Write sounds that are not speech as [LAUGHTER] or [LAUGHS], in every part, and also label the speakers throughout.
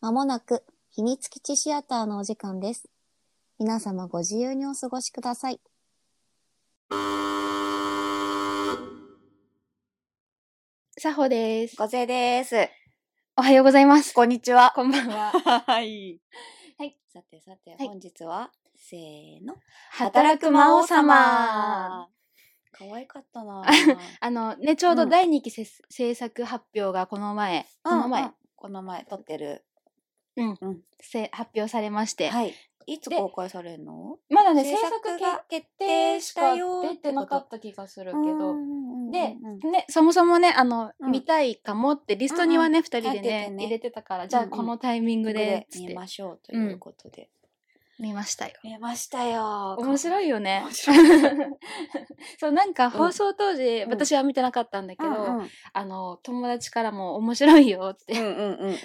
Speaker 1: まもなく秘密基地シアターのお時間です。皆様ご自由にお過ごしください。
Speaker 2: さほです。
Speaker 3: ごぜです。
Speaker 2: おはようございます。
Speaker 3: こんにちは。
Speaker 2: こんばん
Speaker 3: [LAUGHS]
Speaker 2: は。
Speaker 3: はい。
Speaker 2: はい。
Speaker 3: さてさて、
Speaker 2: い
Speaker 3: 本日は、せーの。
Speaker 2: 働く魔王様。。
Speaker 3: 可愛かった
Speaker 2: [LAUGHS]
Speaker 3: なぁ。
Speaker 2: あのね、ちょうど
Speaker 3: うん
Speaker 2: 第2期せ、制作発表がこの前、この
Speaker 3: うんう
Speaker 2: 前
Speaker 3: ん、この前撮ってる。
Speaker 2: せ発表されまして、
Speaker 3: はい。いつ
Speaker 2: で
Speaker 3: 公開されるの
Speaker 2: まだね、
Speaker 3: 制
Speaker 2: 制作
Speaker 3: 作
Speaker 2: 決
Speaker 3: が決
Speaker 2: 定
Speaker 3: 定
Speaker 2: し
Speaker 3: し
Speaker 2: か
Speaker 3: たよー
Speaker 2: 出てなかった気がするけど、
Speaker 3: で、
Speaker 2: で
Speaker 3: うん
Speaker 2: ね、そもそもね、あの、
Speaker 3: うん
Speaker 2: 見たいかもってリストにはね、二人で
Speaker 3: 入ってて
Speaker 2: ね、
Speaker 3: ね
Speaker 2: 入れてたから、じゃあ
Speaker 3: うんうん
Speaker 2: このタイミングで
Speaker 3: で、
Speaker 2: つっ
Speaker 3: 見
Speaker 2: て
Speaker 3: ましょうということで。
Speaker 2: 見ましたよ。
Speaker 3: 見ましたよ
Speaker 2: 面白
Speaker 3: い
Speaker 2: いよね
Speaker 3: 面白。
Speaker 2: [LAUGHS] そう、なんか放送当時、
Speaker 3: うん
Speaker 2: 私は見てなかったんだけ
Speaker 3: けど、
Speaker 2: ど、
Speaker 3: うん
Speaker 2: あの、友達からも面白いよって。
Speaker 3: うん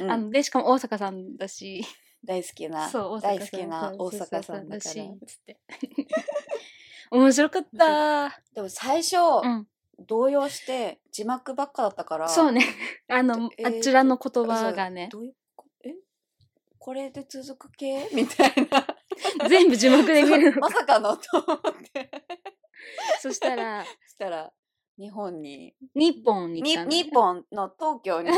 Speaker 3: うん
Speaker 2: あ
Speaker 3: うん。
Speaker 2: のでしかも大阪さんだし
Speaker 3: 大好きな、
Speaker 2: そう
Speaker 3: 大
Speaker 2: 大
Speaker 3: 好
Speaker 2: 阪
Speaker 3: きな大阪さんだか
Speaker 2: し
Speaker 3: ら。
Speaker 2: つって面白かった、
Speaker 3: でも最初、
Speaker 2: うん、
Speaker 3: 動揺して、字幕ばっかだったから。
Speaker 2: そうねあの、
Speaker 3: えーと
Speaker 2: あちらの言葉がね
Speaker 3: どういうこえこれで続く系
Speaker 2: [LAUGHS]
Speaker 3: みたいな。
Speaker 2: 全部字幕で見るの
Speaker 3: まさかのと思って。
Speaker 2: そしたら
Speaker 3: そ [LAUGHS] したら、日本に、
Speaker 2: 日本に来
Speaker 3: に
Speaker 2: たの
Speaker 3: 日本の東京
Speaker 2: [LAUGHS]
Speaker 3: に。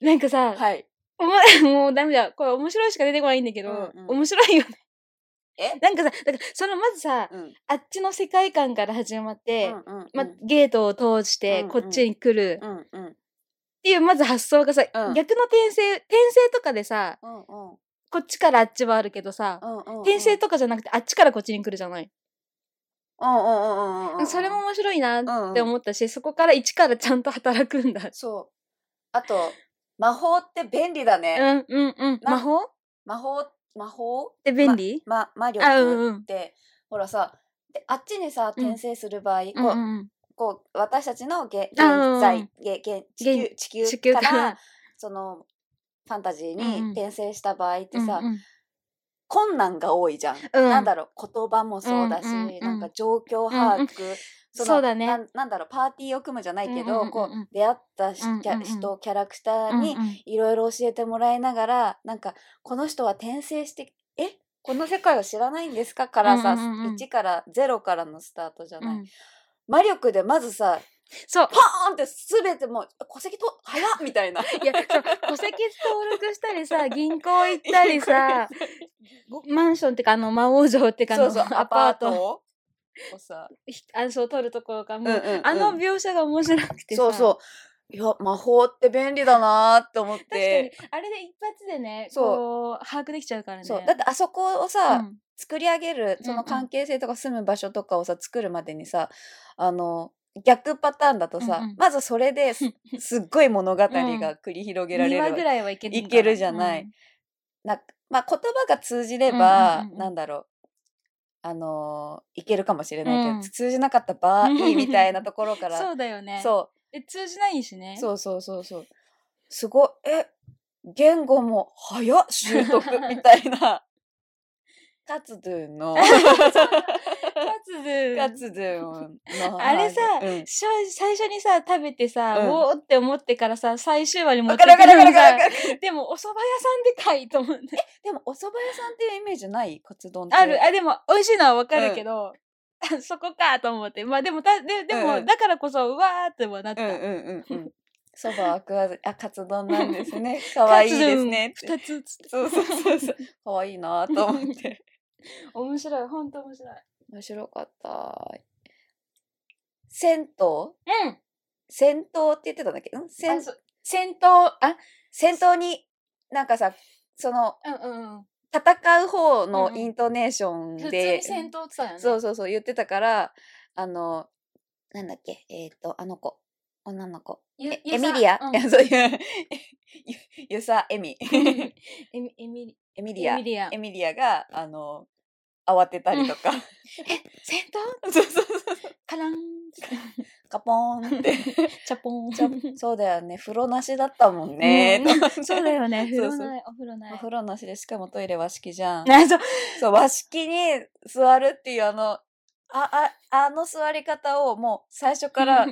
Speaker 2: なんかさ、
Speaker 3: はい。
Speaker 2: おももうダメだこれ面白いしか出てこないんだけど、
Speaker 3: うんうん
Speaker 2: 面白いよね
Speaker 3: え
Speaker 2: なんかさだからそのまずさ
Speaker 3: うん。うん
Speaker 2: あっちの世界観から始まって、
Speaker 3: うん
Speaker 2: ま、ゲートを通して
Speaker 3: うん
Speaker 2: こっちに来るっ
Speaker 3: うんうん。
Speaker 2: ていうまず発想がさ、
Speaker 3: うん
Speaker 2: 逆の転生転生とかでさ
Speaker 3: うんうん。
Speaker 2: こっちからあっちはあるけどさ、
Speaker 3: うんうんうん。
Speaker 2: 転生とかじゃなくてあっちからこっちに来るじゃない、
Speaker 3: うんうんうんうんうんうん。
Speaker 2: それも面白いなっ
Speaker 3: って
Speaker 2: 思ったし、そこから一からちゃんと働くんだ
Speaker 3: そう。あと、魔法って便利だ
Speaker 2: う
Speaker 3: ね。
Speaker 2: んうんうん
Speaker 3: な
Speaker 2: 魔法っ
Speaker 3: 魔法、魔法
Speaker 2: て便利、
Speaker 3: ま、魔力
Speaker 2: あうんうん
Speaker 3: って、ほらさ、であっちにさ、
Speaker 2: うん
Speaker 3: 転生する場合、こ
Speaker 2: うんう
Speaker 3: うん
Speaker 2: うん
Speaker 3: こう私たちのげ現
Speaker 2: あうん
Speaker 3: 在げ現地
Speaker 2: 現
Speaker 3: 球
Speaker 2: 地
Speaker 3: 地
Speaker 2: 球
Speaker 3: 球
Speaker 2: か
Speaker 3: かららそのファンタジー
Speaker 2: うんう
Speaker 3: に
Speaker 2: ん
Speaker 3: 転生した場合ってさ、
Speaker 2: うんうん
Speaker 3: 困難が多いじゃん、
Speaker 2: うん
Speaker 3: なんだろう言葉もそうだし、
Speaker 2: うんうんうん
Speaker 3: なんか状況把握、
Speaker 2: うんうん
Speaker 3: の
Speaker 2: そうだね
Speaker 3: なんなんだろうパーティーを組むじゃないけど、
Speaker 2: うんうんうんうん
Speaker 3: こう出会ったし
Speaker 2: うんうんうん
Speaker 3: キャ人キャラクターに
Speaker 2: うんうん
Speaker 3: いろいろ教えてもらいながらなんかこの人は転生してえこの世界を知らないんですかからさ、
Speaker 2: うんうんうんうん
Speaker 3: 1から0からのスタートじゃない、
Speaker 2: うん
Speaker 3: 魔力でまずさ
Speaker 2: そう
Speaker 3: パーンってすべてもう戸籍と早っみたいな
Speaker 2: いやそう
Speaker 3: [LAUGHS]
Speaker 2: 戸籍登録したりさ銀行行ったりさマンションってかあの魔王城ってかあ
Speaker 3: そ
Speaker 2: の
Speaker 3: うそう
Speaker 2: アパート
Speaker 3: をこうさ、
Speaker 2: ひ暗証取るところがもう、
Speaker 3: うんうんうん
Speaker 2: あの描写が面白くてさ
Speaker 3: そう
Speaker 2: う
Speaker 3: そういや魔法って便利だなーって思っ
Speaker 2: 確かに
Speaker 3: て、
Speaker 2: あれで一発でねこう把握できちゃうからね
Speaker 3: そうだってあそこを
Speaker 2: う
Speaker 3: さ、
Speaker 2: ん
Speaker 3: 作り上げるそ
Speaker 2: うんう
Speaker 3: の
Speaker 2: ん
Speaker 3: 関係性とか住む場所とかをさ作るまでにさあの逆パターンだとさ、
Speaker 2: うんうん
Speaker 3: まずそれです
Speaker 2: [LAUGHS]
Speaker 3: すっごい物語が繰り広げられる
Speaker 2: 2
Speaker 3: わ
Speaker 2: 話
Speaker 3: け、
Speaker 2: ぐらいはいけるのか
Speaker 3: いけるじゃない
Speaker 2: うん
Speaker 3: なんかまあ言葉が通じれば、
Speaker 2: うんうんうんうん
Speaker 3: なんだろうあのーいけるかもしれないけど、
Speaker 2: うん
Speaker 3: 通じなかった場合みたいなところから
Speaker 2: [LAUGHS] そうだよね
Speaker 3: そ
Speaker 2: で通じないしね
Speaker 3: うそうそうそうそうすごいえ言語も早っ習得みたい
Speaker 2: [LAUGHS]
Speaker 3: なカツドゥンの
Speaker 2: カツドゥ
Speaker 3: カツドゥンの
Speaker 2: あれさ
Speaker 3: うん
Speaker 2: しょ最初にさ食べてさ、
Speaker 3: うん
Speaker 2: おーって思ってからさ最終話に持
Speaker 3: わ
Speaker 2: って
Speaker 3: かるわかるわか
Speaker 2: の
Speaker 3: るわ
Speaker 2: さ
Speaker 3: かる
Speaker 2: でもお蕎麦屋さんでかいと
Speaker 3: [LAUGHS]
Speaker 2: 思うんだよ
Speaker 3: でもお蕎麦屋さんっていうイメージないカツ丼って
Speaker 2: あるあでも美味しいのはわかるけど、そこかと思ってまあでもたででも、
Speaker 3: うんうん
Speaker 2: だからこそうわーってはなっ
Speaker 3: う
Speaker 2: た、
Speaker 3: んうんうんうんそばは食わずあカツ丼なんです [LAUGHS] ねかわいいですねって
Speaker 2: 2つつって
Speaker 3: そうそうそうそう。可愛いなと思って。
Speaker 2: [LAUGHS] 面白いほんと面白い
Speaker 3: [LAUGHS] 面白かった。銭湯
Speaker 2: うん
Speaker 3: 銭湯って言ってたんだっけん銭
Speaker 2: あそ戦闘あ
Speaker 3: 銭湯に、なんかさ、その、
Speaker 2: うんうんうん
Speaker 3: 戦う方
Speaker 2: う
Speaker 3: の
Speaker 2: んうん
Speaker 3: イントネーション
Speaker 2: 普通
Speaker 3: で、
Speaker 2: に戦闘って言ってたよね
Speaker 3: そうそうそう、言ってたから、あの、なんだっけ、えっ、と、あの子、女の子、
Speaker 2: ゆ
Speaker 3: え
Speaker 2: ゆ
Speaker 3: エ
Speaker 2: さ
Speaker 3: ミリア、
Speaker 2: う
Speaker 3: [LAUGHS] い
Speaker 2: ん
Speaker 3: やそういう、ゆゆさエ
Speaker 2: [LAUGHS]
Speaker 3: ミ、
Speaker 2: エミエミリ
Speaker 3: エミリ
Speaker 2: エ
Speaker 3: ア、
Speaker 2: ミリア
Speaker 3: エミリアが、あの、慌てたりとか、
Speaker 2: 戦闘
Speaker 3: そうそうそう。
Speaker 2: カラン
Speaker 3: [LAUGHS] カポーンって。
Speaker 2: チャポン [LAUGHS]
Speaker 3: ちょそうだよね。風呂なしだったもんね。
Speaker 2: うん
Speaker 3: と思って
Speaker 2: そうだよね風
Speaker 3: そう
Speaker 2: 呂
Speaker 3: そう
Speaker 2: ないお風呂な
Speaker 3: [LAUGHS]
Speaker 2: い
Speaker 3: お風呂なしで、しかもトイレ和式じゃん。
Speaker 2: ねそう
Speaker 3: そう、和式に座るっていうあの、あ、あ、あの座り方をもう最初
Speaker 2: [LAUGHS]
Speaker 3: から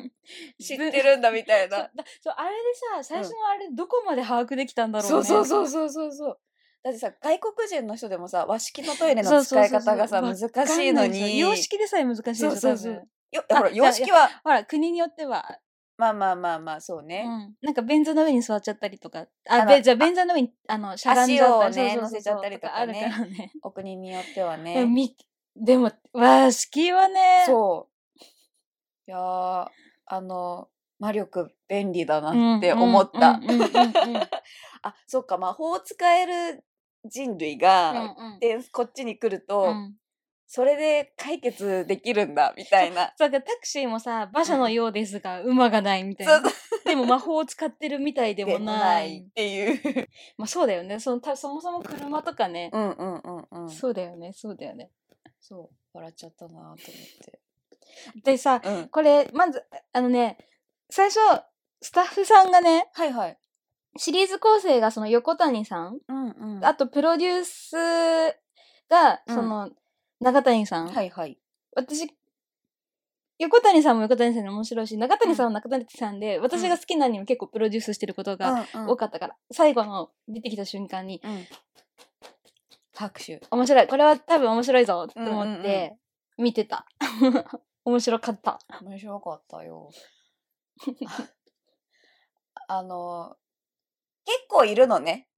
Speaker 3: 知ってるんだみたい
Speaker 2: そう
Speaker 3: な。
Speaker 2: だそうあれでさ最初のあれどこまで把握できたんだろうね、
Speaker 3: そうそうそうそうそうそう。だってさ、外国人の人でもさ、和式のトイレ
Speaker 2: そ
Speaker 3: の
Speaker 2: うそう
Speaker 3: 使
Speaker 2: そう
Speaker 3: い方がさ、
Speaker 2: わかん
Speaker 3: 難しいのに。
Speaker 2: 洋式でさえ難しいでしょ
Speaker 3: そうそうそう
Speaker 2: 多分
Speaker 3: よほら、
Speaker 2: あじゃあ
Speaker 3: 洋式は、
Speaker 2: ほら国によっては、
Speaker 3: まあまあまあまあ、そうね。
Speaker 2: うん、なんか便座の上に座っちゃったりとか
Speaker 3: あ
Speaker 2: あ
Speaker 3: の
Speaker 2: べじゃあ便座の上にあのしゃがんじゃった
Speaker 3: 足
Speaker 2: り
Speaker 3: をね
Speaker 2: そうそう
Speaker 3: 乗
Speaker 2: そう
Speaker 3: せちゃったりとかね
Speaker 2: あるからね
Speaker 3: お国によっては
Speaker 2: え
Speaker 3: ね。
Speaker 2: みでも和式はね
Speaker 3: そう。いやー、あの、魔力便利だなって思った。
Speaker 2: うんうんうんうんうん
Speaker 3: あ、そっか、魔法を使える人類が、
Speaker 2: うんうん
Speaker 3: でこっちに来ると、
Speaker 2: うん
Speaker 3: それで解決できるんだみたいな。
Speaker 2: そうだからタクシーもさ馬車のようですが馬がないみたい
Speaker 3: そう
Speaker 2: なでも魔法を使ってるみたいでもない
Speaker 3: っていう。
Speaker 2: まあそうだよねそのたそもそも車とかね、
Speaker 3: うんうんうんうん。
Speaker 2: そうだよねそうだよね
Speaker 3: そう笑っちゃったなと思って。
Speaker 2: でさ
Speaker 3: うん。
Speaker 2: これまずあのね最初スタッフさんがね
Speaker 3: はいはい。
Speaker 2: シリーズ構成がその横谷さん、
Speaker 3: うんうん
Speaker 2: あとプロデュースが
Speaker 3: うん
Speaker 2: その中谷さん、
Speaker 3: はいはい。
Speaker 2: 私横谷さんも横谷さんで面白いし中谷さんも中谷さんで、私が好きなにも結構プロデュースしてることが
Speaker 3: うんうん
Speaker 2: 多かったから、最後の出てきた瞬間に
Speaker 3: うん拍手。
Speaker 2: 面白いこれは多分面白いぞって
Speaker 3: うん
Speaker 2: 思
Speaker 3: う
Speaker 2: っ
Speaker 3: んう
Speaker 2: て見てた、 [LAUGHS] 面白かった
Speaker 3: 面白かったよ。 [LAUGHS] あの、結構いるのね。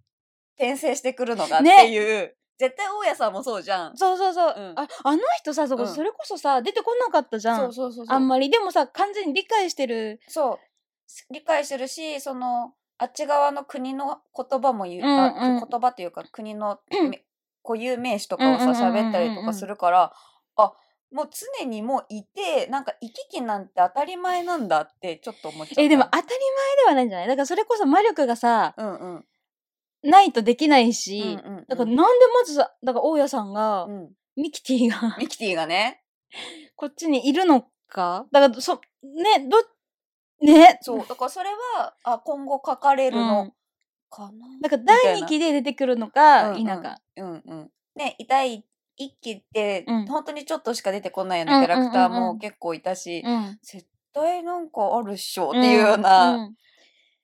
Speaker 3: 転生してくるのがって
Speaker 2: ね
Speaker 3: いう。絶対大家さんもそうじゃん。
Speaker 2: そうそうそう、
Speaker 3: うん
Speaker 2: ああの人さそ,、こ
Speaker 3: うん
Speaker 2: それこそさ出てこなかったじゃん
Speaker 3: そうそうそうそう。
Speaker 2: あんまりでもさ完全に理解してる
Speaker 3: そうし理解するしそのあっち側の国の言葉も言う、あ
Speaker 2: うんうん
Speaker 3: 言葉というか国
Speaker 2: [CLEARS THROAT]
Speaker 3: の
Speaker 2: うん
Speaker 3: め固有名詞とかをさ
Speaker 2: うんうんうんうんうんう
Speaker 3: 喋
Speaker 2: ん
Speaker 3: ったりとかするからあもう常にもういてなんか行き来なんて当たり前なんだってちょっと思っちゃった。
Speaker 2: えでも当たり前ではないんじゃないだからそれこそ魔力がさ
Speaker 3: うんうん
Speaker 2: ないとできないし、
Speaker 3: うんうんうん
Speaker 2: だからなんでまずさだから大家さんが、
Speaker 3: うん、
Speaker 2: ミキティが
Speaker 3: ミキティがね
Speaker 2: こっちにいるのかだからそねどね
Speaker 3: そうだからそれはあ今後書かれる
Speaker 2: う
Speaker 3: の
Speaker 2: ん
Speaker 3: かな、
Speaker 2: だから第2期で出てくるのか
Speaker 3: うんう
Speaker 2: 否
Speaker 3: ん
Speaker 2: か、
Speaker 3: うんうん。ね、痛い一期って、
Speaker 2: うん
Speaker 3: 本当にちょっとしか出てこないようなキャラクターも結構いたし、
Speaker 2: うん
Speaker 3: 絶対なんかあるっしょっていうようなん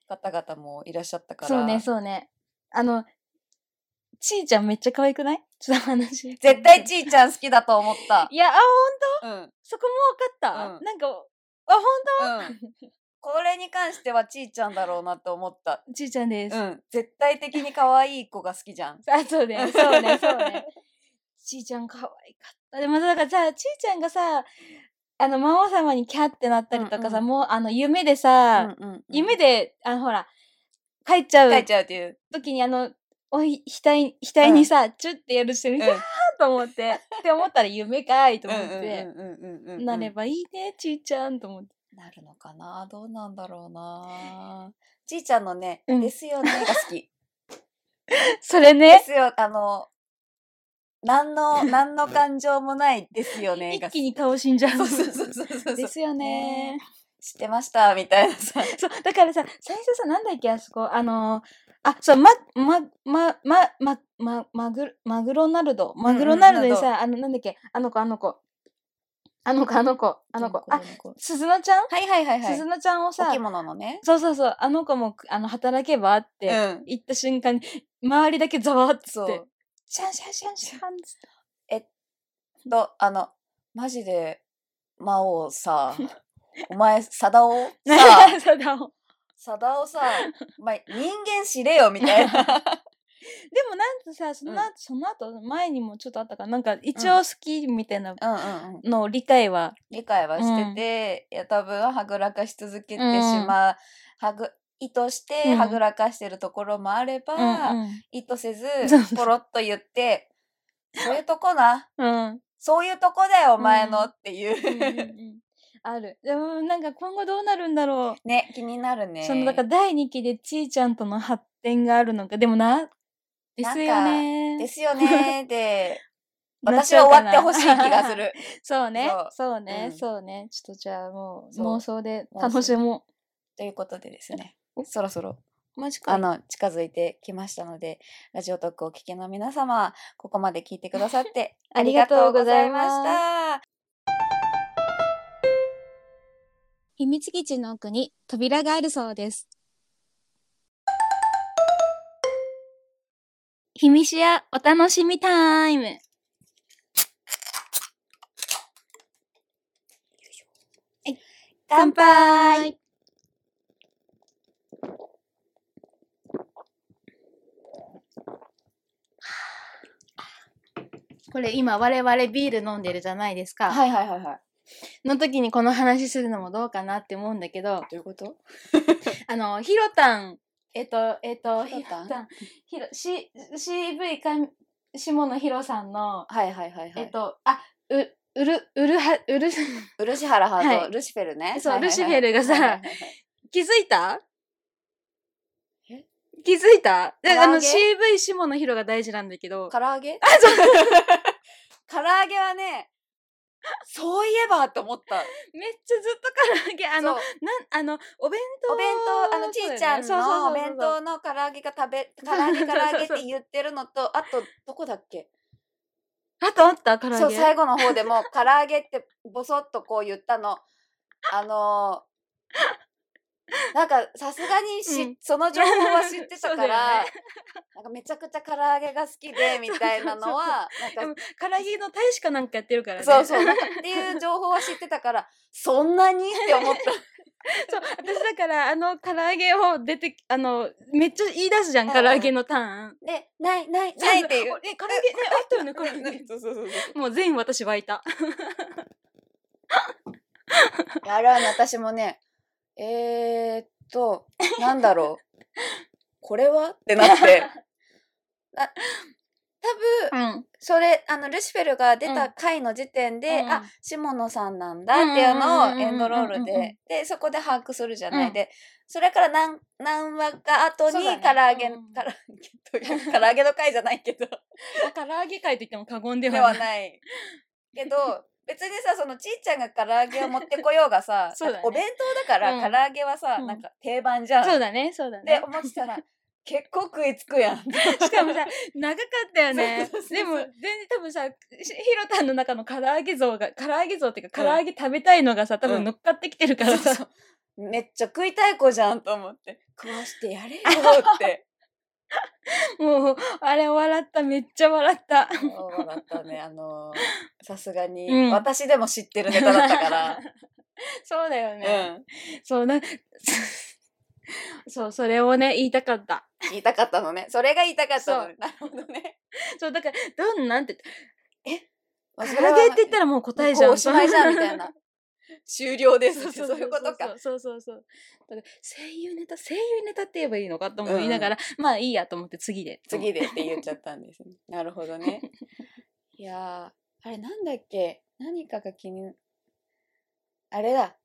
Speaker 3: 方々もいらっしゃったから、
Speaker 2: そうねそうねあのちーちゃんめっちゃ可愛くないちょっと話
Speaker 3: 絶対ちーちゃん好きだと思
Speaker 2: [LAUGHS]
Speaker 3: った。
Speaker 2: いやあほん
Speaker 3: うん、うん、
Speaker 2: そこも分かった、
Speaker 3: うん
Speaker 2: なんかあほん
Speaker 3: これに関してはちーちゃんだろうなと思った。
Speaker 2: ちーちゃんです、
Speaker 3: うん、絶対的に可愛い子が好きじゃん。
Speaker 2: あ、そうね、そうね、そうね。ちーちゃん可愛かった。でもだからさ、ちーちゃんがさ、あの、魔王様にキャってなったりとかさ、
Speaker 3: うんう
Speaker 2: もう、 [LAUGHS] あの、夢でさ、
Speaker 3: うんうんうん、
Speaker 2: 夢で、あの、ほら、帰っちゃ
Speaker 3: 書
Speaker 2: う
Speaker 3: いちゃうっていう。
Speaker 2: 時に、あの、おい、額に、額にさ、チュッてやる人に、
Speaker 3: うん
Speaker 2: キャーと思って、って思ったら夢かいと思って、
Speaker 3: うんうんうんうんうんうん
Speaker 2: なればいいね、ちーちゃんと思って。
Speaker 3: なるのかなどうなんだろうなちーちゃんのね、
Speaker 2: うん
Speaker 3: ですよねが好き。
Speaker 2: [LAUGHS] それ
Speaker 3: で
Speaker 2: ね、
Speaker 3: すよ、あの、何の、何の感情もないですよねが
Speaker 2: 一
Speaker 3: 好き。
Speaker 2: 気に顔死んじゃう。
Speaker 3: そうそうそうそうそう。
Speaker 2: ですよ
Speaker 3: ね
Speaker 2: ね
Speaker 3: 知ってました、みたいなさ。
Speaker 2: そう、だからさ、最初さ、なんだっけ、あそこ、あのーあ、そう、ま、ま、ま、ま、ま、ま、マグロ、マグロナルド、マグロナルドにさ、あの、なんだっけ、あの子、あの子、あの子、あの子、 [LAUGHS] あの子、あ、鈴乃ちゃん
Speaker 3: はいはいはいはい
Speaker 2: 鈴。乃ちゃんを
Speaker 3: お
Speaker 2: さ
Speaker 3: 着、物のね。
Speaker 2: そうそうそう、あの子も、あの、働けばっ
Speaker 3: う
Speaker 2: て
Speaker 3: ん。
Speaker 2: 言った瞬間に、周りだけざわっつ
Speaker 3: そ
Speaker 2: って
Speaker 3: う、。
Speaker 2: シャンシャンシャンシャンっつって。
Speaker 3: と、あの、マジで、魔王
Speaker 2: [LAUGHS]
Speaker 3: さ、お前、サダオさ、
Speaker 2: [LAUGHS] そうだもん
Speaker 3: サダオさ、お前、人間知れよ、みたいな。
Speaker 2: [LAUGHS] でもなんかさ、その後、
Speaker 3: う
Speaker 2: その後、前にもちょっとあったから、なんか、一
Speaker 3: う
Speaker 2: 応好きみたいな
Speaker 3: うんうんうん。
Speaker 2: のを理解は
Speaker 3: 理解はしてて、いや多分はぐらかし続けてしまう、はぐ意図して
Speaker 2: うん
Speaker 3: はぐらかしてるところもあれば、
Speaker 2: うんうん
Speaker 3: 意図せず
Speaker 2: そうそう
Speaker 3: ポロッと言って「そういうとこな
Speaker 2: うん
Speaker 3: そういうとこだよお前の」
Speaker 2: うん
Speaker 3: っていう [LAUGHS]
Speaker 2: うんうんうんある。でもなんか今後どうなるんだろ
Speaker 3: ね気になる
Speaker 2: う。
Speaker 3: ね。
Speaker 2: そのだから第2期でちーちゃんとの発展があるのか。でもな、ですよね。
Speaker 3: ですよ
Speaker 2: [LAUGHS]
Speaker 3: ねーで
Speaker 2: なっ
Speaker 3: 私
Speaker 2: ちゃ
Speaker 3: は終
Speaker 2: うか
Speaker 3: わ
Speaker 2: な
Speaker 3: ってほしい気がす。る。
Speaker 2: そうね
Speaker 3: そう。
Speaker 2: そうね、
Speaker 3: うん
Speaker 2: そうね。ちょっとじゃあもう
Speaker 3: そう
Speaker 2: 妄想で
Speaker 3: 妄想
Speaker 2: 楽しも
Speaker 3: [LAUGHS] ということでですね
Speaker 2: お
Speaker 3: そろそろ
Speaker 2: う。マジ
Speaker 3: あ
Speaker 2: か。
Speaker 3: の、近づいてきましたので、ラジオトークをお聞きの皆様、ここまで聞いてくださって
Speaker 2: [LAUGHS] ありがとうございます
Speaker 3: ありがとうございました。
Speaker 1: 秘密基地の奥に扉があるそうです。
Speaker 2: 秘密やお楽しみタイム。乾杯これ今我々ビール飲んでるじゃないですか。
Speaker 3: はいはいはいはい。
Speaker 2: の時にこの話するのもどうかなって思うんだけど、
Speaker 3: どういうこと
Speaker 2: あの、ひろたん、えっと、えっと、ひ
Speaker 3: ひ
Speaker 2: ろ
Speaker 3: ろたん
Speaker 2: たん、ひろ、し、CV か、下野ひろさんの、
Speaker 3: はいはいはいはい。
Speaker 2: えっと、あ、う、うる、うるは、うる、 [LAUGHS]
Speaker 3: 漆原ハート、
Speaker 2: はい
Speaker 3: ルシフェルね。
Speaker 2: そう
Speaker 3: はいはいはい
Speaker 2: ルシフェルがさ
Speaker 3: はいはいはいはい
Speaker 2: 気づいた
Speaker 3: え
Speaker 2: 気づいたで、あの、
Speaker 3: 唐揚げ
Speaker 2: CV 下野ひろが大事なんだけど、
Speaker 3: 唐揚げ [LAUGHS] 唐揚げはね、そういえばと思った。
Speaker 2: めっちゃずっと唐揚げ、あの
Speaker 3: そう、
Speaker 2: なん、あの、お弁当。
Speaker 3: お弁当、あの、ちいちゃん
Speaker 2: そうだ
Speaker 3: のお
Speaker 2: よね
Speaker 3: 弁当の唐揚げが食べ、唐揚げ唐揚げって言ってるのと、あと、どこだっけ
Speaker 2: あとあった唐揚げ。
Speaker 3: そう、最後の方でも、 [LAUGHS] 唐揚げってボソッとこう言ったの。あのーなんか、さすがにし、
Speaker 2: うん
Speaker 3: その情報は知ってた
Speaker 2: [LAUGHS] そう
Speaker 3: か
Speaker 2: だよ
Speaker 3: ら、
Speaker 2: ね
Speaker 3: なんかめちゃくちゃ唐揚げが好きで、みたいなのは、
Speaker 2: [LAUGHS] で
Speaker 3: なん
Speaker 2: も
Speaker 3: か、
Speaker 2: 唐揚げの大使かなんかやってるからね。
Speaker 3: そうそう、なんかっていう情報は知ってたから、 [LAUGHS] そんなにって思った。
Speaker 2: [LAUGHS] そう私だからあの唐揚げを出てあのめっちゃ言い出すじゃん
Speaker 3: うん
Speaker 2: 唐
Speaker 3: うん
Speaker 2: 揚げのターン。
Speaker 3: で、ない、ない、 [LAUGHS] ないっていう
Speaker 2: そう。そうえ唐揚げねあったよね唐揚げ。
Speaker 3: そうそうそう [LAUGHS] そう。
Speaker 2: [LAUGHS] もう全員私湧いた。
Speaker 3: いやあれはね、私もね、えー、っと、なんだろう。これはってな
Speaker 2: [LAUGHS]
Speaker 3: って。あ多分、
Speaker 2: ん。
Speaker 3: それ、あの、ルシフェルが出
Speaker 2: う
Speaker 3: た
Speaker 2: ん
Speaker 3: 回の時点で、
Speaker 2: うん
Speaker 3: あ、下野さんなんだっていうのを
Speaker 2: うんうんうんうんうんうん
Speaker 3: エンドロール
Speaker 2: うんうんうん
Speaker 3: で、で、そこで把握するじゃない、
Speaker 2: うん
Speaker 3: で、それから何、何話か後
Speaker 2: そう
Speaker 3: に
Speaker 2: だね
Speaker 3: 唐揚げ、
Speaker 2: うん
Speaker 3: 唐揚げという、唐揚げの回じゃないけど、
Speaker 2: 唐揚げ会と言っても過 [LAUGHS] 言で
Speaker 3: で
Speaker 2: は
Speaker 3: は
Speaker 2: ない。
Speaker 3: ない。けど、別にさ、そのちいちゃんが唐揚げを持ってこようがさ、
Speaker 2: [LAUGHS] そう
Speaker 3: な
Speaker 2: だね
Speaker 3: んかお弁当だから
Speaker 2: うん
Speaker 3: 唐揚げはさ、
Speaker 2: うん
Speaker 3: なんか定番じゃん。
Speaker 2: そうだねそうだ
Speaker 3: で
Speaker 2: ね、。
Speaker 3: 思ってたら、結構食いつくやん。 [LAUGHS]
Speaker 2: しかもさ長かったよね
Speaker 3: そうそうそう。そう
Speaker 2: でも全然多分さしひろたんの中の唐揚げ像が唐揚げ像っていうか唐揚げ食べたいのがさ多分乗っかってきてるから
Speaker 3: そう
Speaker 2: さ
Speaker 3: そ。うめっちゃ食いたい子じゃんと思って、食わしてやれよって。
Speaker 2: もうあれ笑っためっちゃ笑った。
Speaker 3: 笑った [LAUGHS] ね、あのーさすがに、
Speaker 2: うん
Speaker 3: 私でも知ってるネタだったから。 [LAUGHS]
Speaker 2: そうだよ
Speaker 3: う
Speaker 2: ね。
Speaker 3: ん。
Speaker 2: そうな、 [LAUGHS] そう、それをね、言いたかった。
Speaker 3: 言いたかったのね。それが言いたかったのね。なるほど [LAUGHS] ね。
Speaker 2: [LAUGHS] そう、だから、どんなんて、
Speaker 3: まあ
Speaker 2: 唐
Speaker 3: それ
Speaker 2: 揚
Speaker 3: は
Speaker 2: げって言ったらもう答えじゃん。
Speaker 3: もうおしまいじゃんみたいな。 [LAUGHS] 終了
Speaker 2: そ
Speaker 3: で
Speaker 2: う。
Speaker 3: す
Speaker 2: そう
Speaker 3: って。
Speaker 2: そう
Speaker 3: そういうことか。。
Speaker 2: そうそうそう。だから声優ネタ、声優ネタって言えばいいのかと
Speaker 3: うん
Speaker 2: 思
Speaker 3: うん
Speaker 2: いながら、まあいいやと思って次で。
Speaker 3: 次でって言っちゃったんですね。なるほど [LAUGHS] ね。いやー、あれなんだっけ何かが気に、あれだ。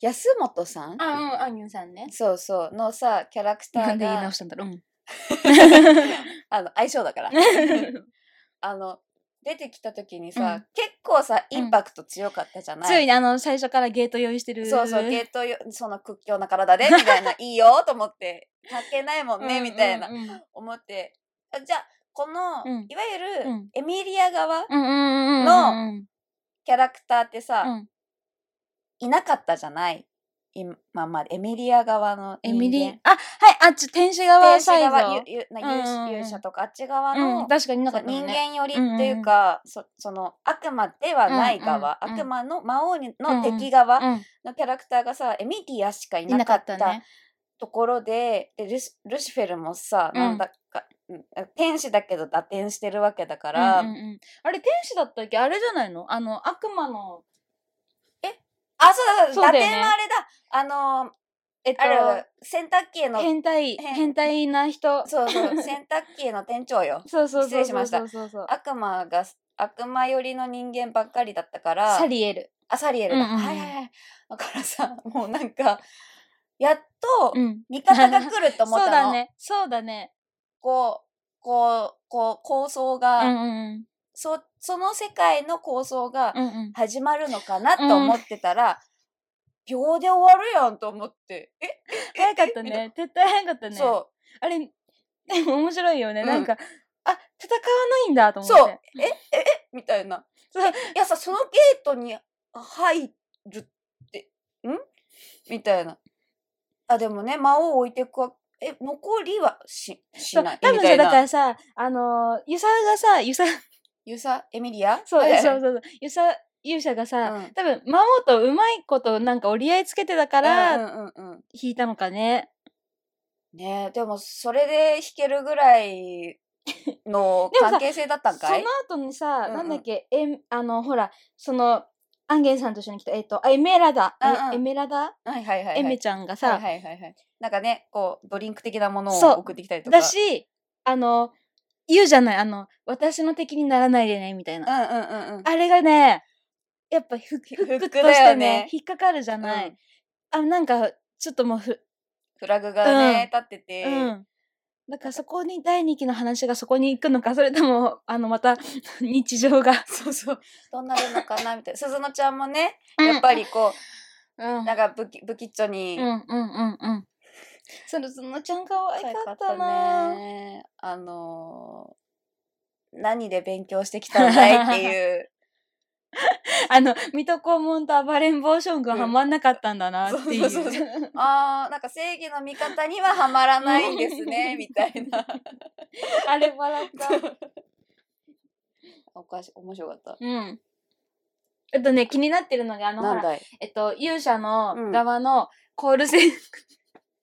Speaker 3: 安本さん
Speaker 2: あ、うん、あんゆんさんね。
Speaker 3: そうそう。のさ、キャラクタ
Speaker 2: なん
Speaker 3: ー
Speaker 2: で言い直
Speaker 3: が
Speaker 2: し、たんだろう。うん
Speaker 3: [LAUGHS] あの、相性だ
Speaker 2: [LAUGHS]
Speaker 3: から。あの、出てきた時にさ、
Speaker 2: うん
Speaker 3: 結構さ、インパクト強かったじゃない、
Speaker 2: 強いね、あの、最初からゲート用意してる。
Speaker 3: そうそう、ゲートよ、その屈強な体で、みたいな、いいよと思って、関係ないもんね、みたいな
Speaker 2: う、んうん
Speaker 3: 思って。あじゃあ、この、
Speaker 2: うん
Speaker 3: いわゆ
Speaker 2: う
Speaker 3: る
Speaker 2: ん、
Speaker 3: エミリア側
Speaker 2: うんうんうんうんうん。
Speaker 3: のキャラクターってさ、
Speaker 2: うん、
Speaker 3: いなかったじゃない今までエミリア側の
Speaker 2: エミリー
Speaker 3: 人
Speaker 2: あ、はい、あっち、天使側
Speaker 3: 間
Speaker 2: サイ
Speaker 3: 天使
Speaker 2: ズ
Speaker 3: 側
Speaker 2: を
Speaker 3: ゆ。ゆな
Speaker 2: うんうんうん
Speaker 3: 勇勇者とかあっち側
Speaker 2: うん、
Speaker 3: の、
Speaker 2: 確かにな
Speaker 3: そ
Speaker 2: か
Speaker 3: う
Speaker 2: ったも
Speaker 3: 人
Speaker 2: んね。
Speaker 3: 間寄りっていうか、そその悪魔ではない側、
Speaker 2: うんうんうん
Speaker 3: 悪魔の魔王に
Speaker 2: うんうん
Speaker 3: の敵側
Speaker 2: うん、
Speaker 3: のキャラクターがさ、エミリアしかい
Speaker 2: いな
Speaker 3: な
Speaker 2: か
Speaker 3: か
Speaker 2: っ
Speaker 3: ったた
Speaker 2: ね。
Speaker 3: ところででルシルシフェルもさ、
Speaker 2: うん
Speaker 3: なんだかうん天使だけど打点してるわけだか
Speaker 2: う
Speaker 3: ら、
Speaker 2: んうんうんあれ、天使だったっけあれじゃないのあの、悪魔の、
Speaker 3: あそうだそう
Speaker 2: そう
Speaker 3: だ
Speaker 2: だ
Speaker 3: 打
Speaker 2: よね
Speaker 3: 点はあれだあの
Speaker 2: えっと
Speaker 3: あ、れ洗濯機への
Speaker 2: 変態、
Speaker 3: 変
Speaker 2: 変態な人。
Speaker 3: そうそう、洗濯機への店長よ。
Speaker 2: そうそうそう。
Speaker 3: 失礼しました
Speaker 2: そうそうそう。
Speaker 3: 悪魔が、悪魔寄りの人間ばっかりだったから、
Speaker 2: サリエル。
Speaker 3: あ、サリエルだ。
Speaker 2: うんうんうん
Speaker 3: はいはいはい。だからさ、 [LAUGHS] もうなんか、やっと
Speaker 2: う、ん。
Speaker 3: 味方が来ると
Speaker 2: [LAUGHS] そう
Speaker 3: 思ったの。
Speaker 2: だね。そうだね。
Speaker 3: こう、こう、こう、構想
Speaker 2: うん
Speaker 3: が、
Speaker 2: うん
Speaker 3: そ、その世界の構想が
Speaker 2: うん。うんうん。
Speaker 3: 始まるのかなと思ってたら、秒で終わるやんと思って。え
Speaker 2: 早かった。
Speaker 3: ええ
Speaker 2: ね。絶対早かった
Speaker 3: み
Speaker 2: ね。
Speaker 3: たいなそう。
Speaker 2: あれ、 [LAUGHS] でも面白いよね。
Speaker 3: うん
Speaker 2: なんか、あ、戦わないんだと思って。
Speaker 3: そう。え、え、え、みたい [LAUGHS] な。
Speaker 2: そう
Speaker 3: えいやさ、そのゲートに入るって、んみたいな。あ、でもね、間を置いていくわ。え、残りはし、し
Speaker 2: そう
Speaker 3: ない。
Speaker 2: 多分
Speaker 3: みた
Speaker 2: さ、
Speaker 3: いな
Speaker 2: だからさ、あのー、ユサがさ、ユサ、
Speaker 3: ユサ、エミリア
Speaker 2: [LAUGHS] そう
Speaker 3: はい
Speaker 2: そうそうそう、ユサ、勇者がさ、
Speaker 3: うん
Speaker 2: 多分、魔王とうまいことなんか折り合いつけてたから、
Speaker 3: うんうんうん。
Speaker 2: 引いたのかね。
Speaker 3: ねえ、でも、それで弾けるぐらいの
Speaker 2: [LAUGHS] でもさ
Speaker 3: 関係性だったんかい
Speaker 2: その後にさ、
Speaker 3: うんうん
Speaker 2: なんだっけ、えん、あの、ほら、その、アンゲンさんと一緒に来た、えっ、と、あエメラダ、え
Speaker 3: うんうん
Speaker 2: エメラダ、
Speaker 3: はいはいはいはい。
Speaker 2: エメちゃんが
Speaker 3: は
Speaker 2: さ
Speaker 3: い、はいはいはい。なんかね、こう、ドリンク的なもの
Speaker 2: そう
Speaker 3: を送ってきたりとか。
Speaker 2: だし、あの、言うじゃない、あの、私の敵にならないでね、みたいな
Speaker 3: うん。うんうんうん。
Speaker 2: あれがね、やっぱフック
Speaker 3: フッ
Speaker 2: フック
Speaker 3: ク
Speaker 2: と
Speaker 3: だ
Speaker 2: し
Speaker 3: よね
Speaker 2: てね、引っかかるじゃない。
Speaker 3: うん
Speaker 2: あ、なんか、ちょっともうふ、
Speaker 3: フラグがね、立ってて。
Speaker 2: うん。だからそこに第二期の話がそこに行くのか、それとも、あの、また [LAUGHS] 日常が。そうそう。
Speaker 3: どうなるのかなみ
Speaker 2: [LAUGHS]
Speaker 3: たいな。鈴乃ちゃんもね、やっぱりこ
Speaker 2: う
Speaker 3: う、
Speaker 2: ん。
Speaker 3: なんか不き不吉祥に
Speaker 2: うんうんうんうん。そのずのちゃん可愛かったなぁ。
Speaker 3: ね。あのー、何で勉強してきたんだいって
Speaker 2: [LAUGHS]
Speaker 3: いう。
Speaker 2: あの、水戸黄門と暴れん坊将軍はまんなかったんだなっていう。
Speaker 3: そうそうそあー、なんか正義の味方にはハマらないんですね、みたい
Speaker 2: [LAUGHS]
Speaker 3: な。
Speaker 2: あれ笑った。
Speaker 3: おかし、面白かった。
Speaker 2: うん。あとね、気になってるのが、あの、ほ
Speaker 3: なん
Speaker 2: ら、
Speaker 3: だい
Speaker 2: えっと、勇者
Speaker 3: う
Speaker 2: の
Speaker 3: ん
Speaker 2: 側のコールセン、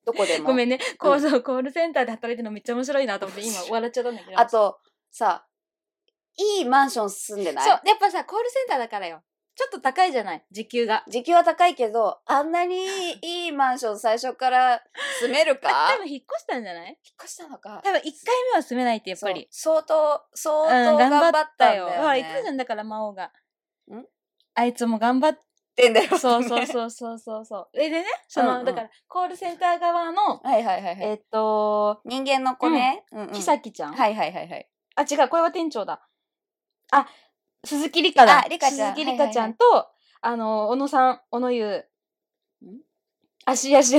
Speaker 3: どこでも。
Speaker 2: ごめんね、こうそうコールセンターで働いてるのめっちゃ面白いなと思って、今笑っちゃったんだけど。
Speaker 3: あと、さ、いいマンション住んでない
Speaker 2: そう、やっぱさ、コールセンターだからよ。ちょっと高いじゃない時給が。
Speaker 3: 時給は高いけど、あんなにいいマンション最初から住めるか
Speaker 2: 多
Speaker 3: 引っ
Speaker 2: 分引っ越したんじゃない
Speaker 3: 越したのか。
Speaker 2: 多分1回目は住めないって、やっぱり。
Speaker 3: そう相当、相
Speaker 2: う
Speaker 3: 当
Speaker 2: ん、頑
Speaker 3: 頑
Speaker 2: 張
Speaker 3: 張
Speaker 2: っ
Speaker 3: ったた
Speaker 2: よ。
Speaker 3: よ、ね。
Speaker 2: ほら、言ったじゃ
Speaker 3: っ
Speaker 2: ん、だから、魔王が。
Speaker 3: ん
Speaker 2: あいつも
Speaker 3: [LAUGHS]
Speaker 2: 頑張って
Speaker 3: んだよ。
Speaker 2: そうそうそうそうそうそう。えでね、その、
Speaker 3: うんうん
Speaker 2: だから、コールセンター側
Speaker 3: [LAUGHS]
Speaker 2: の、
Speaker 3: はいはいはいはい。
Speaker 2: えっと、
Speaker 3: 人間の子ね。うんうん
Speaker 2: きさきちゃん、
Speaker 3: はいはいはいはい。
Speaker 2: あ、違う、これは店長だ。あ、鈴木理香だ。
Speaker 3: あ理香ちゃん
Speaker 2: 鈴木理香ちゃんと、あの、小野さん、小野優
Speaker 3: ん。
Speaker 2: 足足、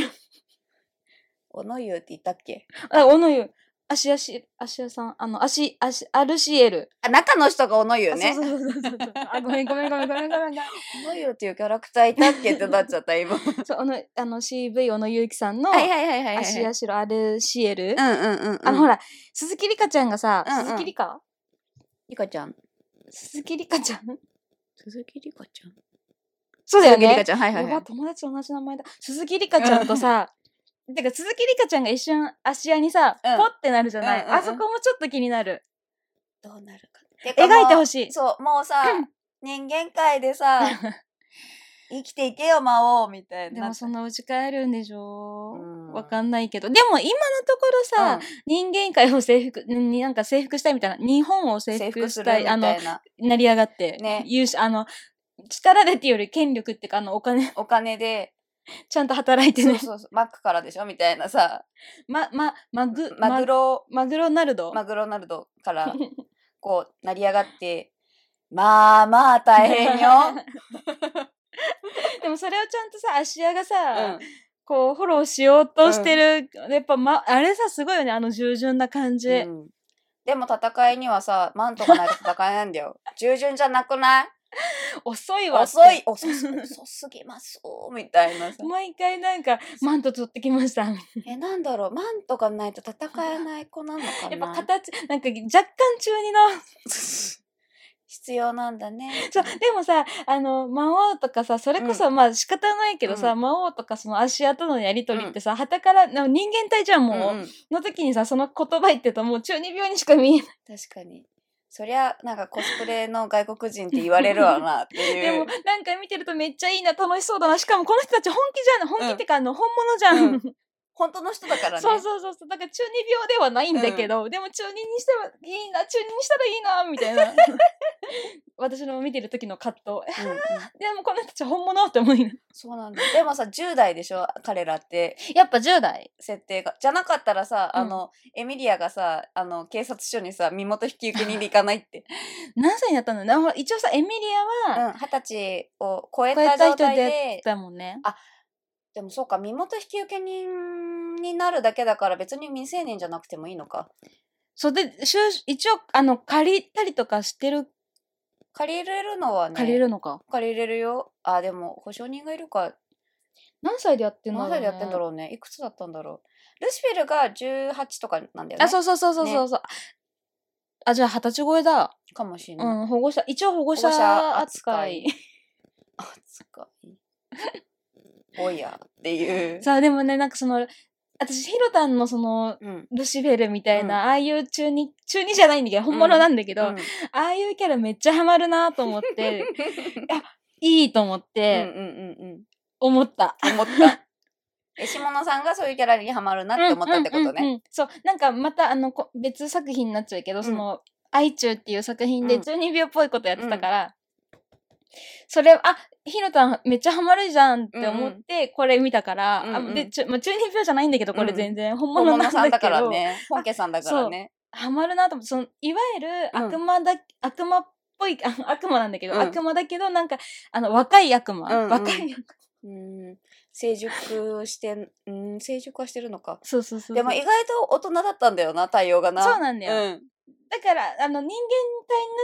Speaker 3: おのゆうって言ったっけ
Speaker 2: あ、小野優。足足、足屋さん、あの、足、足、アルシエル。
Speaker 3: あ、中の人がおのゆうね。
Speaker 2: あそうそうそうそうそう。あ、ごめんごめんごめんごめんごめんご
Speaker 3: おのゆうっていうキャラクターいたっけってなっちゃった、今。 [LAUGHS] は
Speaker 2: めん。 [LAUGHS] そう、あの、あの、CV 小野優きさんの、
Speaker 3: いはいはいはいはい。
Speaker 2: 足足のアルシエ
Speaker 3: うん
Speaker 2: ル。
Speaker 3: うんうんうん。
Speaker 2: あの、ほ。ら、鈴木理香ちゃんがさ、
Speaker 3: うんうん
Speaker 2: 鈴木理香
Speaker 3: リカちゃん。
Speaker 2: 鈴木理香ちゃん
Speaker 3: 鈴木リカちゃん。
Speaker 2: [LAUGHS] そうだよ
Speaker 3: 鈴木
Speaker 2: ね。
Speaker 3: リカちゃん。はいはい
Speaker 2: や
Speaker 3: は
Speaker 2: ば
Speaker 3: い。
Speaker 2: 友達と同じ名前だ。鈴木理香ちゃんとさ、てか鈴木理香ちゃんが一瞬芦屋にさ、
Speaker 3: うん
Speaker 2: ポってなるじゃない、
Speaker 3: うんうんうん
Speaker 2: あそこもちょっと気になる。
Speaker 3: どうなるか。
Speaker 2: 描いてほ
Speaker 3: し
Speaker 2: しい。
Speaker 3: そう、もうさ、人間界で [LAUGHS] さ、生きていけよ、魔王みたい
Speaker 2: で
Speaker 3: な。
Speaker 2: もそのうち帰るんでしょ
Speaker 3: うん
Speaker 2: わかんないけど。でも今のところさ、
Speaker 3: うん
Speaker 2: 人間界を征服、になんか征服したいみたいな、日本を征
Speaker 3: 征
Speaker 2: 服
Speaker 3: 服す
Speaker 2: し
Speaker 3: るみ
Speaker 2: た
Speaker 3: た
Speaker 2: い、
Speaker 3: い
Speaker 2: あの、
Speaker 3: な。
Speaker 2: 成り上がって、
Speaker 3: ね
Speaker 2: 勇者、あの、力でっていうより権力っていうか、あの、お金、 [LAUGHS]
Speaker 3: お金で、
Speaker 2: ちゃんと働いて
Speaker 3: そう
Speaker 2: ね。
Speaker 3: そうそう、マックからでしょみたいな
Speaker 2: [LAUGHS]
Speaker 3: さ、
Speaker 2: ま、ま、マグ、
Speaker 3: マグロ、
Speaker 2: マグロナルド。
Speaker 3: マグロナルド
Speaker 2: [LAUGHS]
Speaker 3: から、こう、成り上がって、まあまあ大変よ。
Speaker 2: [LAUGHS] でもそれをちゃんとさ、芦屋がさ、
Speaker 3: うん
Speaker 2: こう、フォローしようとしてる。やっぱ、ま、あれさ、すごいよね、あの従順な感じ。
Speaker 3: うんでも戦いにはさ、マントがないと戦えないんだよ。 [LAUGHS] 従順じゃなくない
Speaker 2: [LAUGHS] 遅いわって
Speaker 3: 遅い、遅す、遅すぎます、みたいな
Speaker 2: [LAUGHS]
Speaker 3: さ。
Speaker 2: 毎回なんか、マント取ってきました。や
Speaker 3: え、なんだろう、マントがないと戦えない子なのかな。
Speaker 2: っぱ形、なんか若干中二の。
Speaker 3: [LAUGHS] 必要なんだね。
Speaker 2: [LAUGHS] そう、でもさ、あの、魔王とかさ、それこそ、まあ仕方ないけどさ、
Speaker 3: う
Speaker 2: 魔王とかその芦屋とのやりとりってさ、旗から、でも人間体じゃん、もう。
Speaker 3: んん
Speaker 2: の時にさ、その言葉言ってるともう中二病にしか見えない。
Speaker 3: 確かに。そりゃ、なんかコスプレの外国人って言われるわなって [LAUGHS] いう。
Speaker 2: でも、なんか見てるとめっちゃいいな、楽しそうだな。しかもこの人たち本気じゃん。本気ってか、あの、本物じゃん。
Speaker 3: うん
Speaker 2: [LAUGHS]
Speaker 3: 本当の人だからね。
Speaker 2: そうそうそうそう。だから中二病ではないんだけど、でも中二にしてはいいな、中二にしたらいいな、みたいな。
Speaker 3: [LAUGHS]
Speaker 2: 私の見てる時の葛藤。
Speaker 3: うんうん
Speaker 2: でもこの人たち本物って思いな。
Speaker 3: そうなんだ。でもさ、10代でしょ彼らって、
Speaker 2: やっぱ10代。
Speaker 3: 設定が。じゃなかったらさ、
Speaker 2: うん
Speaker 3: あの、エミリアがさ、あの、警察署にさ、身元引き受けに行かないって。
Speaker 2: 何歳になったのなほら一応さ、エミリ
Speaker 3: [LAUGHS] うん、
Speaker 2: アは、
Speaker 3: 二十歳を超え
Speaker 2: こうや
Speaker 3: た状
Speaker 2: った人
Speaker 3: 態
Speaker 2: で
Speaker 3: で、
Speaker 2: だもんね。
Speaker 3: でもそうか、身元引き受け人になるだけだから別に未成年じゃなくてもいいのか。
Speaker 2: そうで、就一応、あの、借りたりとかしてる、
Speaker 3: 借りれるのはね、
Speaker 2: 借りれるのか。
Speaker 3: 借りれるよ。あ、でも、保証人がいるか。
Speaker 2: 何歳でやってんだろ
Speaker 3: 何
Speaker 2: う、ね、
Speaker 3: 歳でやってんだろうね。いくつだったんだろう。ルシフィルが18とかなんだよね。
Speaker 2: あ、そうそうそうそうそうそう。あ、じゃあ二十歳超えだ。
Speaker 3: かもしれない。
Speaker 2: うん、保護者、一応保護
Speaker 3: 保護
Speaker 2: 者
Speaker 3: 者
Speaker 2: 扱
Speaker 3: 扱
Speaker 2: い
Speaker 3: い。あつか [LAUGHS] い。おやっていう。
Speaker 2: さあ、でもね、 [LAUGHS] なんかその、私、ヒロタンのその、
Speaker 3: うん。
Speaker 2: ルシフェルみたいな、
Speaker 3: うん
Speaker 2: ああいう中二、中二じゃないんだけど、本物なんだけど、
Speaker 3: うん
Speaker 2: ああいうキャラめっちゃハマるなと思って、 [LAUGHS] いいと思っ
Speaker 3: うん
Speaker 2: て、
Speaker 3: うんうんうん。
Speaker 2: 思った。
Speaker 3: 思った。え、下野さんがそういうキャラにはまるなって思ったってこと
Speaker 2: うんうんう
Speaker 3: ね。
Speaker 2: んうんそう、なんかまたあの、こ別作品になっちゃうけど、その、愛中っていう作品で
Speaker 3: うん
Speaker 2: 中二病っぽいことやってたから、それ、あ、ひろたんめっちゃハマるじゃんって思って、これ見たから、
Speaker 3: うんう
Speaker 2: あ
Speaker 3: ん
Speaker 2: でちゅまあ、中二病じゃないんだけど、これ
Speaker 3: うん
Speaker 2: 全然、本
Speaker 3: 本
Speaker 2: 物な
Speaker 3: 物
Speaker 2: ん
Speaker 3: さん
Speaker 2: だ
Speaker 3: だ
Speaker 2: け
Speaker 3: から
Speaker 2: ど、
Speaker 3: ね。本家さんだからね。
Speaker 2: ハマるなと思って、その、いわゆる
Speaker 3: うん
Speaker 2: 悪魔だ、悪魔っぽい、あ悪魔なんだけど、
Speaker 3: うん
Speaker 2: 悪魔だけど、なんか、あの、若い悪魔、
Speaker 3: うんうん
Speaker 2: 若い悪魔。
Speaker 3: うん。成熟して、うん、成熟はしてるのか。
Speaker 2: そうそうそう。
Speaker 3: でも意外と大人だったんだよな、対応がな。
Speaker 2: そうなんだよ。
Speaker 3: うん。
Speaker 2: だから、あの、人間体にな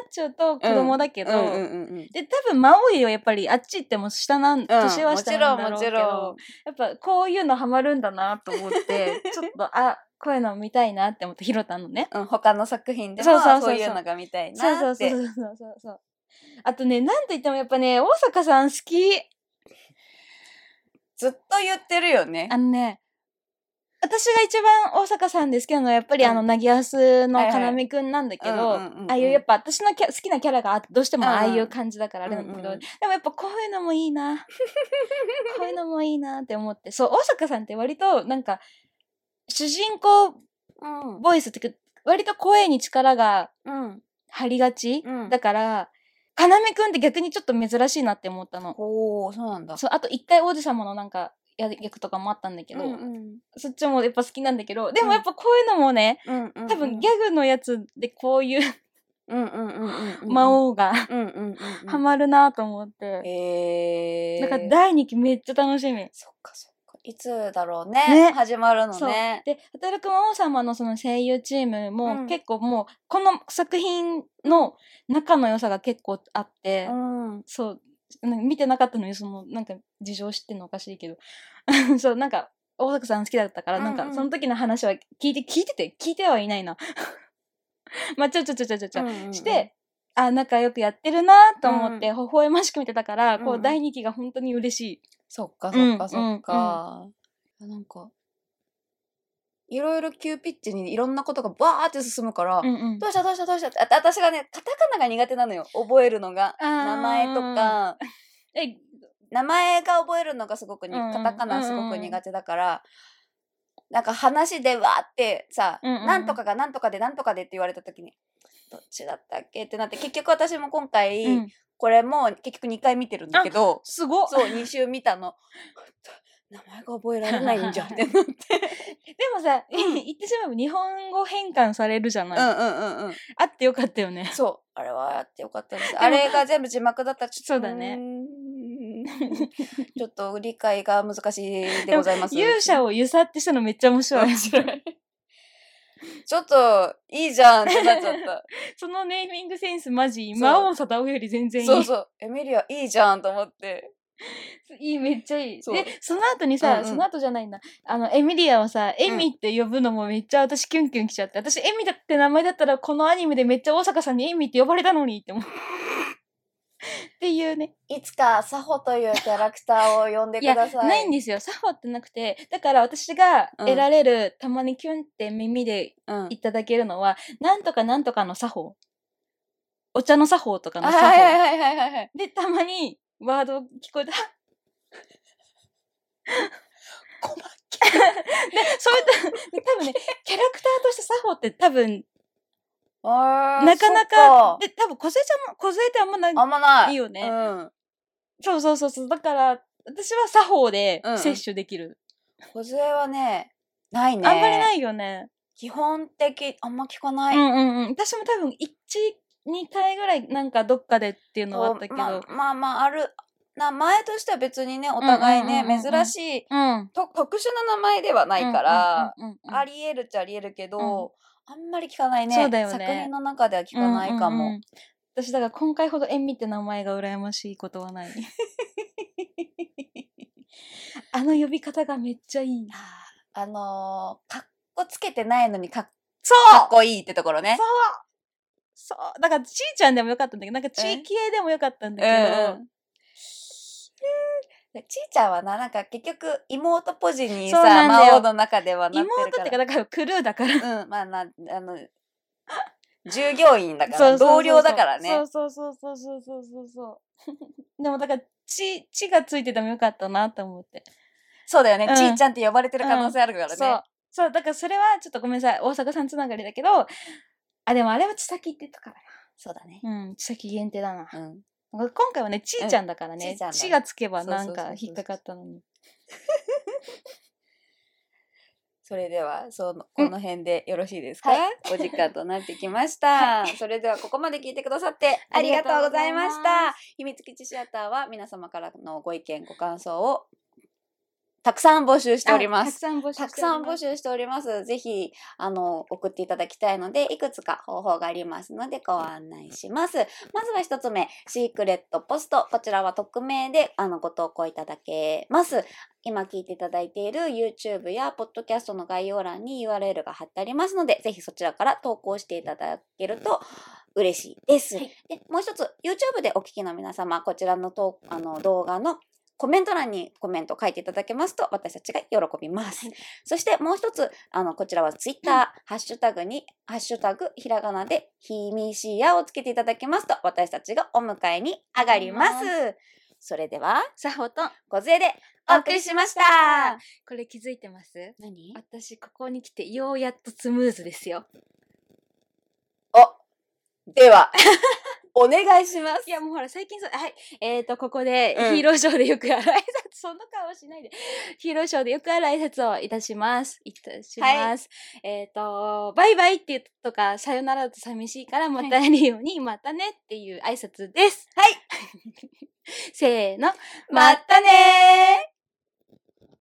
Speaker 2: っちゃうと子供だけど、
Speaker 3: うんうんうんうん。
Speaker 2: で、多分、魔王よりはやっぱり、あっち行っても下なん、
Speaker 3: うん
Speaker 2: 年は
Speaker 3: も
Speaker 2: 下
Speaker 3: ちろ
Speaker 2: な
Speaker 3: ん
Speaker 2: んだろ
Speaker 3: も
Speaker 2: うけ
Speaker 3: ち
Speaker 2: ど、
Speaker 3: ろん。
Speaker 2: やっぱ、こういうのハマるんだなと
Speaker 3: [LAUGHS]
Speaker 2: 思って、ちょっと、あ、こういうの見たいなって思って、ひろたんのね。
Speaker 3: うん、他の作品でも
Speaker 2: そうそうそうそう
Speaker 3: そういうのが見たいな
Speaker 2: そうそ
Speaker 3: っ
Speaker 2: うそ
Speaker 3: て。
Speaker 2: うそうそうそうそう。あとね、なんといってもやっぱね、大阪さん好き。
Speaker 3: ずっと言ってるよね。
Speaker 2: あのね、私が一番大阪さんですけどのはやっぱりあの、なぎやすの
Speaker 3: はい
Speaker 2: かな
Speaker 3: はい
Speaker 2: みくんなんだけ
Speaker 3: うん
Speaker 2: ど、
Speaker 3: うんうんうん
Speaker 2: ああいうやっぱ私のキャ好きなキャラがあってどうしても
Speaker 3: うんうん
Speaker 2: ああいう感じだからあれなんだけど、
Speaker 3: うんうん
Speaker 2: でもやっぱこういうのもいいな。こういうのもいいなって思って。そう、大阪さんって割となんか、主人公
Speaker 3: うん。
Speaker 2: ボイスってか割と声に力が
Speaker 3: うん。
Speaker 2: 張りがち、
Speaker 3: うん
Speaker 2: だから、かなみくんって逆にちょっと珍しいなって思ったの。
Speaker 3: おー、そうなんだ。
Speaker 2: そう、あと一回王子様のなんか、や役とかもあったんだけど、
Speaker 3: うんうん
Speaker 2: そっちもやっぱ好きなんだけど、で
Speaker 3: う
Speaker 2: も
Speaker 3: ん
Speaker 2: やっぱこういうのもね、
Speaker 3: うんうん。
Speaker 2: 多分ギャグのやつでこういう
Speaker 3: うんうんうんうんうん。
Speaker 2: 魔。王が
Speaker 3: うんうんうんうん。
Speaker 2: ハマるなと思って。
Speaker 3: えー。
Speaker 2: だから第2期めっちゃ楽しみ。
Speaker 3: そっかそっか。いつだろうね。
Speaker 2: ね
Speaker 3: 始まるの
Speaker 2: そう
Speaker 3: ね。
Speaker 2: で、働く魔王様のその声優チーム
Speaker 3: う
Speaker 2: も
Speaker 3: ん
Speaker 2: 結構もう、この作品の仲の良さが結構あって、
Speaker 3: うん。
Speaker 2: そう、なんか見てなかったのに、その、なんか事情知ってんのおかしいけど。 [LAUGHS] そう、なんか、大阪さん好きだったから、なん
Speaker 3: うん
Speaker 2: か、
Speaker 3: うん
Speaker 2: その時の話は聞いて、聞いてて、聞いてはいないな。 [LAUGHS] まあ、ちょちょちょちょちょちょ。し
Speaker 3: して、
Speaker 2: て、あ、仲良くやってるなと思って、微笑ましく見てたから、こ
Speaker 3: うんう
Speaker 2: う、
Speaker 3: ん
Speaker 2: 第2期が本当に嬉しい。
Speaker 3: そっか
Speaker 2: うん
Speaker 3: そっかそっか。なんか、いろいろ急ピッチにいろんなことがバーって進むから、
Speaker 2: うんうん
Speaker 3: どうしたどうしたどうしたって、あ私がね、カタカナが苦手なのよ。覚えるのが。
Speaker 2: あー
Speaker 3: 名前とか、
Speaker 2: え、
Speaker 3: 名前が覚えるのがすごくに、
Speaker 2: うんうん
Speaker 3: カタカナすごく苦手だから、なんか話でわーってさ、
Speaker 2: うんうんうん
Speaker 3: なんとかがなんとかでなんとかでって言われた時に、どっちだったっけってなって、結局私も今回、
Speaker 2: うん、
Speaker 3: これも結局2回見てるんだけど、
Speaker 2: すごっ
Speaker 3: そう、2週見たの。 [LAUGHS] 名前が覚えられないんじゃんってなって。
Speaker 2: [LAUGHS] でもさ、 [LAUGHS] 言ってしまえば日本語変換されるじゃない、
Speaker 3: うんうんうんうん。
Speaker 2: あってよかったよ [LAUGHS] ね。
Speaker 3: そう。あれはやってよかったです。あれが全部字幕だったらちょっと。
Speaker 2: そうだね
Speaker 3: うーん。ちょっと理解が難しいでございます。
Speaker 2: 勇者を揺さってしたのめっちゃ面白い。
Speaker 3: 面白い [LAUGHS] ちょっと、いいじゃんってなっちゃった。
Speaker 2: [LAUGHS] そのネーミングセンスマジ、
Speaker 3: そう
Speaker 2: 魔王貞夫より [LAUGHS] 全然いい。
Speaker 3: そうそう。エミリア、いいじゃんと思って。
Speaker 2: いい、めっちゃいい。
Speaker 3: そう
Speaker 2: で、その後に
Speaker 3: う
Speaker 2: さ、
Speaker 3: んうん
Speaker 2: その後じゃないな。あの、エミリアをさ、エミって呼ぶのもめっちゃ私キュンキュンきちゃって。私、エミだって名前だったら、このアニメでめっちゃ大阪さんにエミって呼ばれたのにって思う。 [LAUGHS] っていうね。
Speaker 3: いつか、サホというキャラクターを呼んで
Speaker 2: い
Speaker 3: く
Speaker 2: や、
Speaker 3: ださい。
Speaker 2: ないんですよ。作法ってなくて。だから私が
Speaker 3: うん
Speaker 2: 得られる、たまにキュンって耳で
Speaker 3: うん。
Speaker 2: いただけるのは、なんとかなんとかの作法。お茶の作法とかの
Speaker 3: あ
Speaker 2: 作
Speaker 3: はいは
Speaker 2: 法。
Speaker 3: いはいはいはい。
Speaker 2: で、たまにワード聞こえた。
Speaker 3: 困っ
Speaker 2: [LAUGHS] で、そういった、
Speaker 3: [LAUGHS]
Speaker 2: 多分ね、キャラクターとして作法って多分、
Speaker 3: あー
Speaker 2: なかな
Speaker 3: そ
Speaker 2: か
Speaker 3: っ、
Speaker 2: で、多分、小瀬ちゃんも、小瀬ってあんまない。
Speaker 3: あんまない。
Speaker 2: いいよね
Speaker 3: うん。
Speaker 2: そうそうそうそう。だから、私は作法で
Speaker 3: うんうん
Speaker 2: 摂取できる。
Speaker 3: 小杖はね、ないね。。
Speaker 2: あんまりないいよね。
Speaker 3: 基本的、あんま聞かな
Speaker 2: う
Speaker 3: い。
Speaker 2: んうんうん。私も多分、1、2回ぐらい、なんかどっかでっていうのはあったけど。
Speaker 3: ま [LAUGHS] あまあまあ、ある。な前としては別にね、お互いね、
Speaker 2: うんうんうんうんうん
Speaker 3: 珍しい
Speaker 2: うん。
Speaker 3: と、特殊な名前ではないから、
Speaker 2: うんうんうんうん、
Speaker 3: ありえるっちゃありえるけど、あんまり聞かないね。
Speaker 2: そうだよね
Speaker 3: 作品の中では聞かないか
Speaker 2: うんうん
Speaker 3: も。
Speaker 2: うん私、だから今回ほど塩味って名前が羨ましいことはない。 [LAUGHS] あの呼び方がめっちゃいいな。
Speaker 3: あのー、かっこつけてないのにかっ
Speaker 2: そ
Speaker 3: かっこいいってところね
Speaker 2: そう。そうだからちーちゃんでもよかったんだけどなんかちーきえでもよかったんだけど、
Speaker 3: うんうんちいちゃんはな、なんか結局妹ポジにさ
Speaker 2: そう、なんだよ
Speaker 3: 魔王の中ではなって
Speaker 2: 妹
Speaker 3: るから。
Speaker 2: ってかだからクルーだから
Speaker 3: うん、まあな、あの、従業員だか
Speaker 2: そうそ
Speaker 3: ら、
Speaker 2: うそうそう
Speaker 3: 同僚だからね。
Speaker 2: そうそうそうそうそうそうそう [LAUGHS] でもだからち「ち」がついててもよかったなと思って、
Speaker 3: そうだよね、
Speaker 2: うん
Speaker 3: ちいちゃんって呼ばれてる可能性あるからね。
Speaker 2: そうそうだからそれはちょっとごめんなさい大阪さんつながりだけどあでもあれはちさきってとかだ
Speaker 3: そうだね。
Speaker 2: なうんちさき限定だな
Speaker 3: うん。
Speaker 2: 今回はねちーちゃんだか
Speaker 3: う
Speaker 2: ら
Speaker 3: んち
Speaker 2: ね
Speaker 3: ーちゃんだね
Speaker 2: 「ち」がつけばな
Speaker 3: そうそう
Speaker 2: ん
Speaker 3: そう
Speaker 2: か
Speaker 3: そう
Speaker 2: 引っかかったのに
Speaker 3: それでは、その、
Speaker 2: う
Speaker 3: こ
Speaker 2: ん
Speaker 3: の辺でよろしいですか、
Speaker 2: はい
Speaker 3: お時間となってきました。それでは、ここまで聞いてくださってありがとうございまし
Speaker 2: ありがとうございま
Speaker 3: た。秘密基地シアターは皆様からのご意見、ご感想をたくさん募集しておりま
Speaker 2: あた
Speaker 3: す
Speaker 2: く。さん募集しておりま
Speaker 3: た
Speaker 2: す
Speaker 3: くさん募集しております。ぜひ、あの、送っていただきたいので、いくつか方法がありますので、ご案内します。まずは一つ目、シークレットポスト。こちらは匿名で、あの、ご投稿いただけます。今聞いていただいている YouTube や Podcast の概要欄に URL が貼ってありますので、ぜひそちらから投稿していただけると嬉しいです。
Speaker 2: はい
Speaker 3: で、もう一つ、YouTube でお聞きの皆様、こちらのとあの動画のコメント欄にコメントを書いていただけますと、私たちが喜びます。そしてもう一つ、あの、こちらは Twitter、ハッシュタグに、ハッシュタグ、ひらがなで、ひみしやをつけていただけますと、私たちがお迎えに上がります。それでは、
Speaker 2: さほとん
Speaker 3: ご勢でお送りしました。
Speaker 2: これ気づいてます
Speaker 3: 何
Speaker 2: 私ここに来てようやっとスムーズですよ
Speaker 3: では、お願いします。
Speaker 2: いやもうほら最近そうはいえー、とここで
Speaker 3: うん
Speaker 2: ヒーローショーでよくある挨拶、そんな顔しないで [LAUGHS] ヒーローショーでよくある挨拶をいたしますいたします、えっ、とバイバイって言うとかさよならだと寂しいからまた会えるように、またねっていう挨拶です
Speaker 3: はい
Speaker 2: [LAUGHS] せーの
Speaker 3: またねー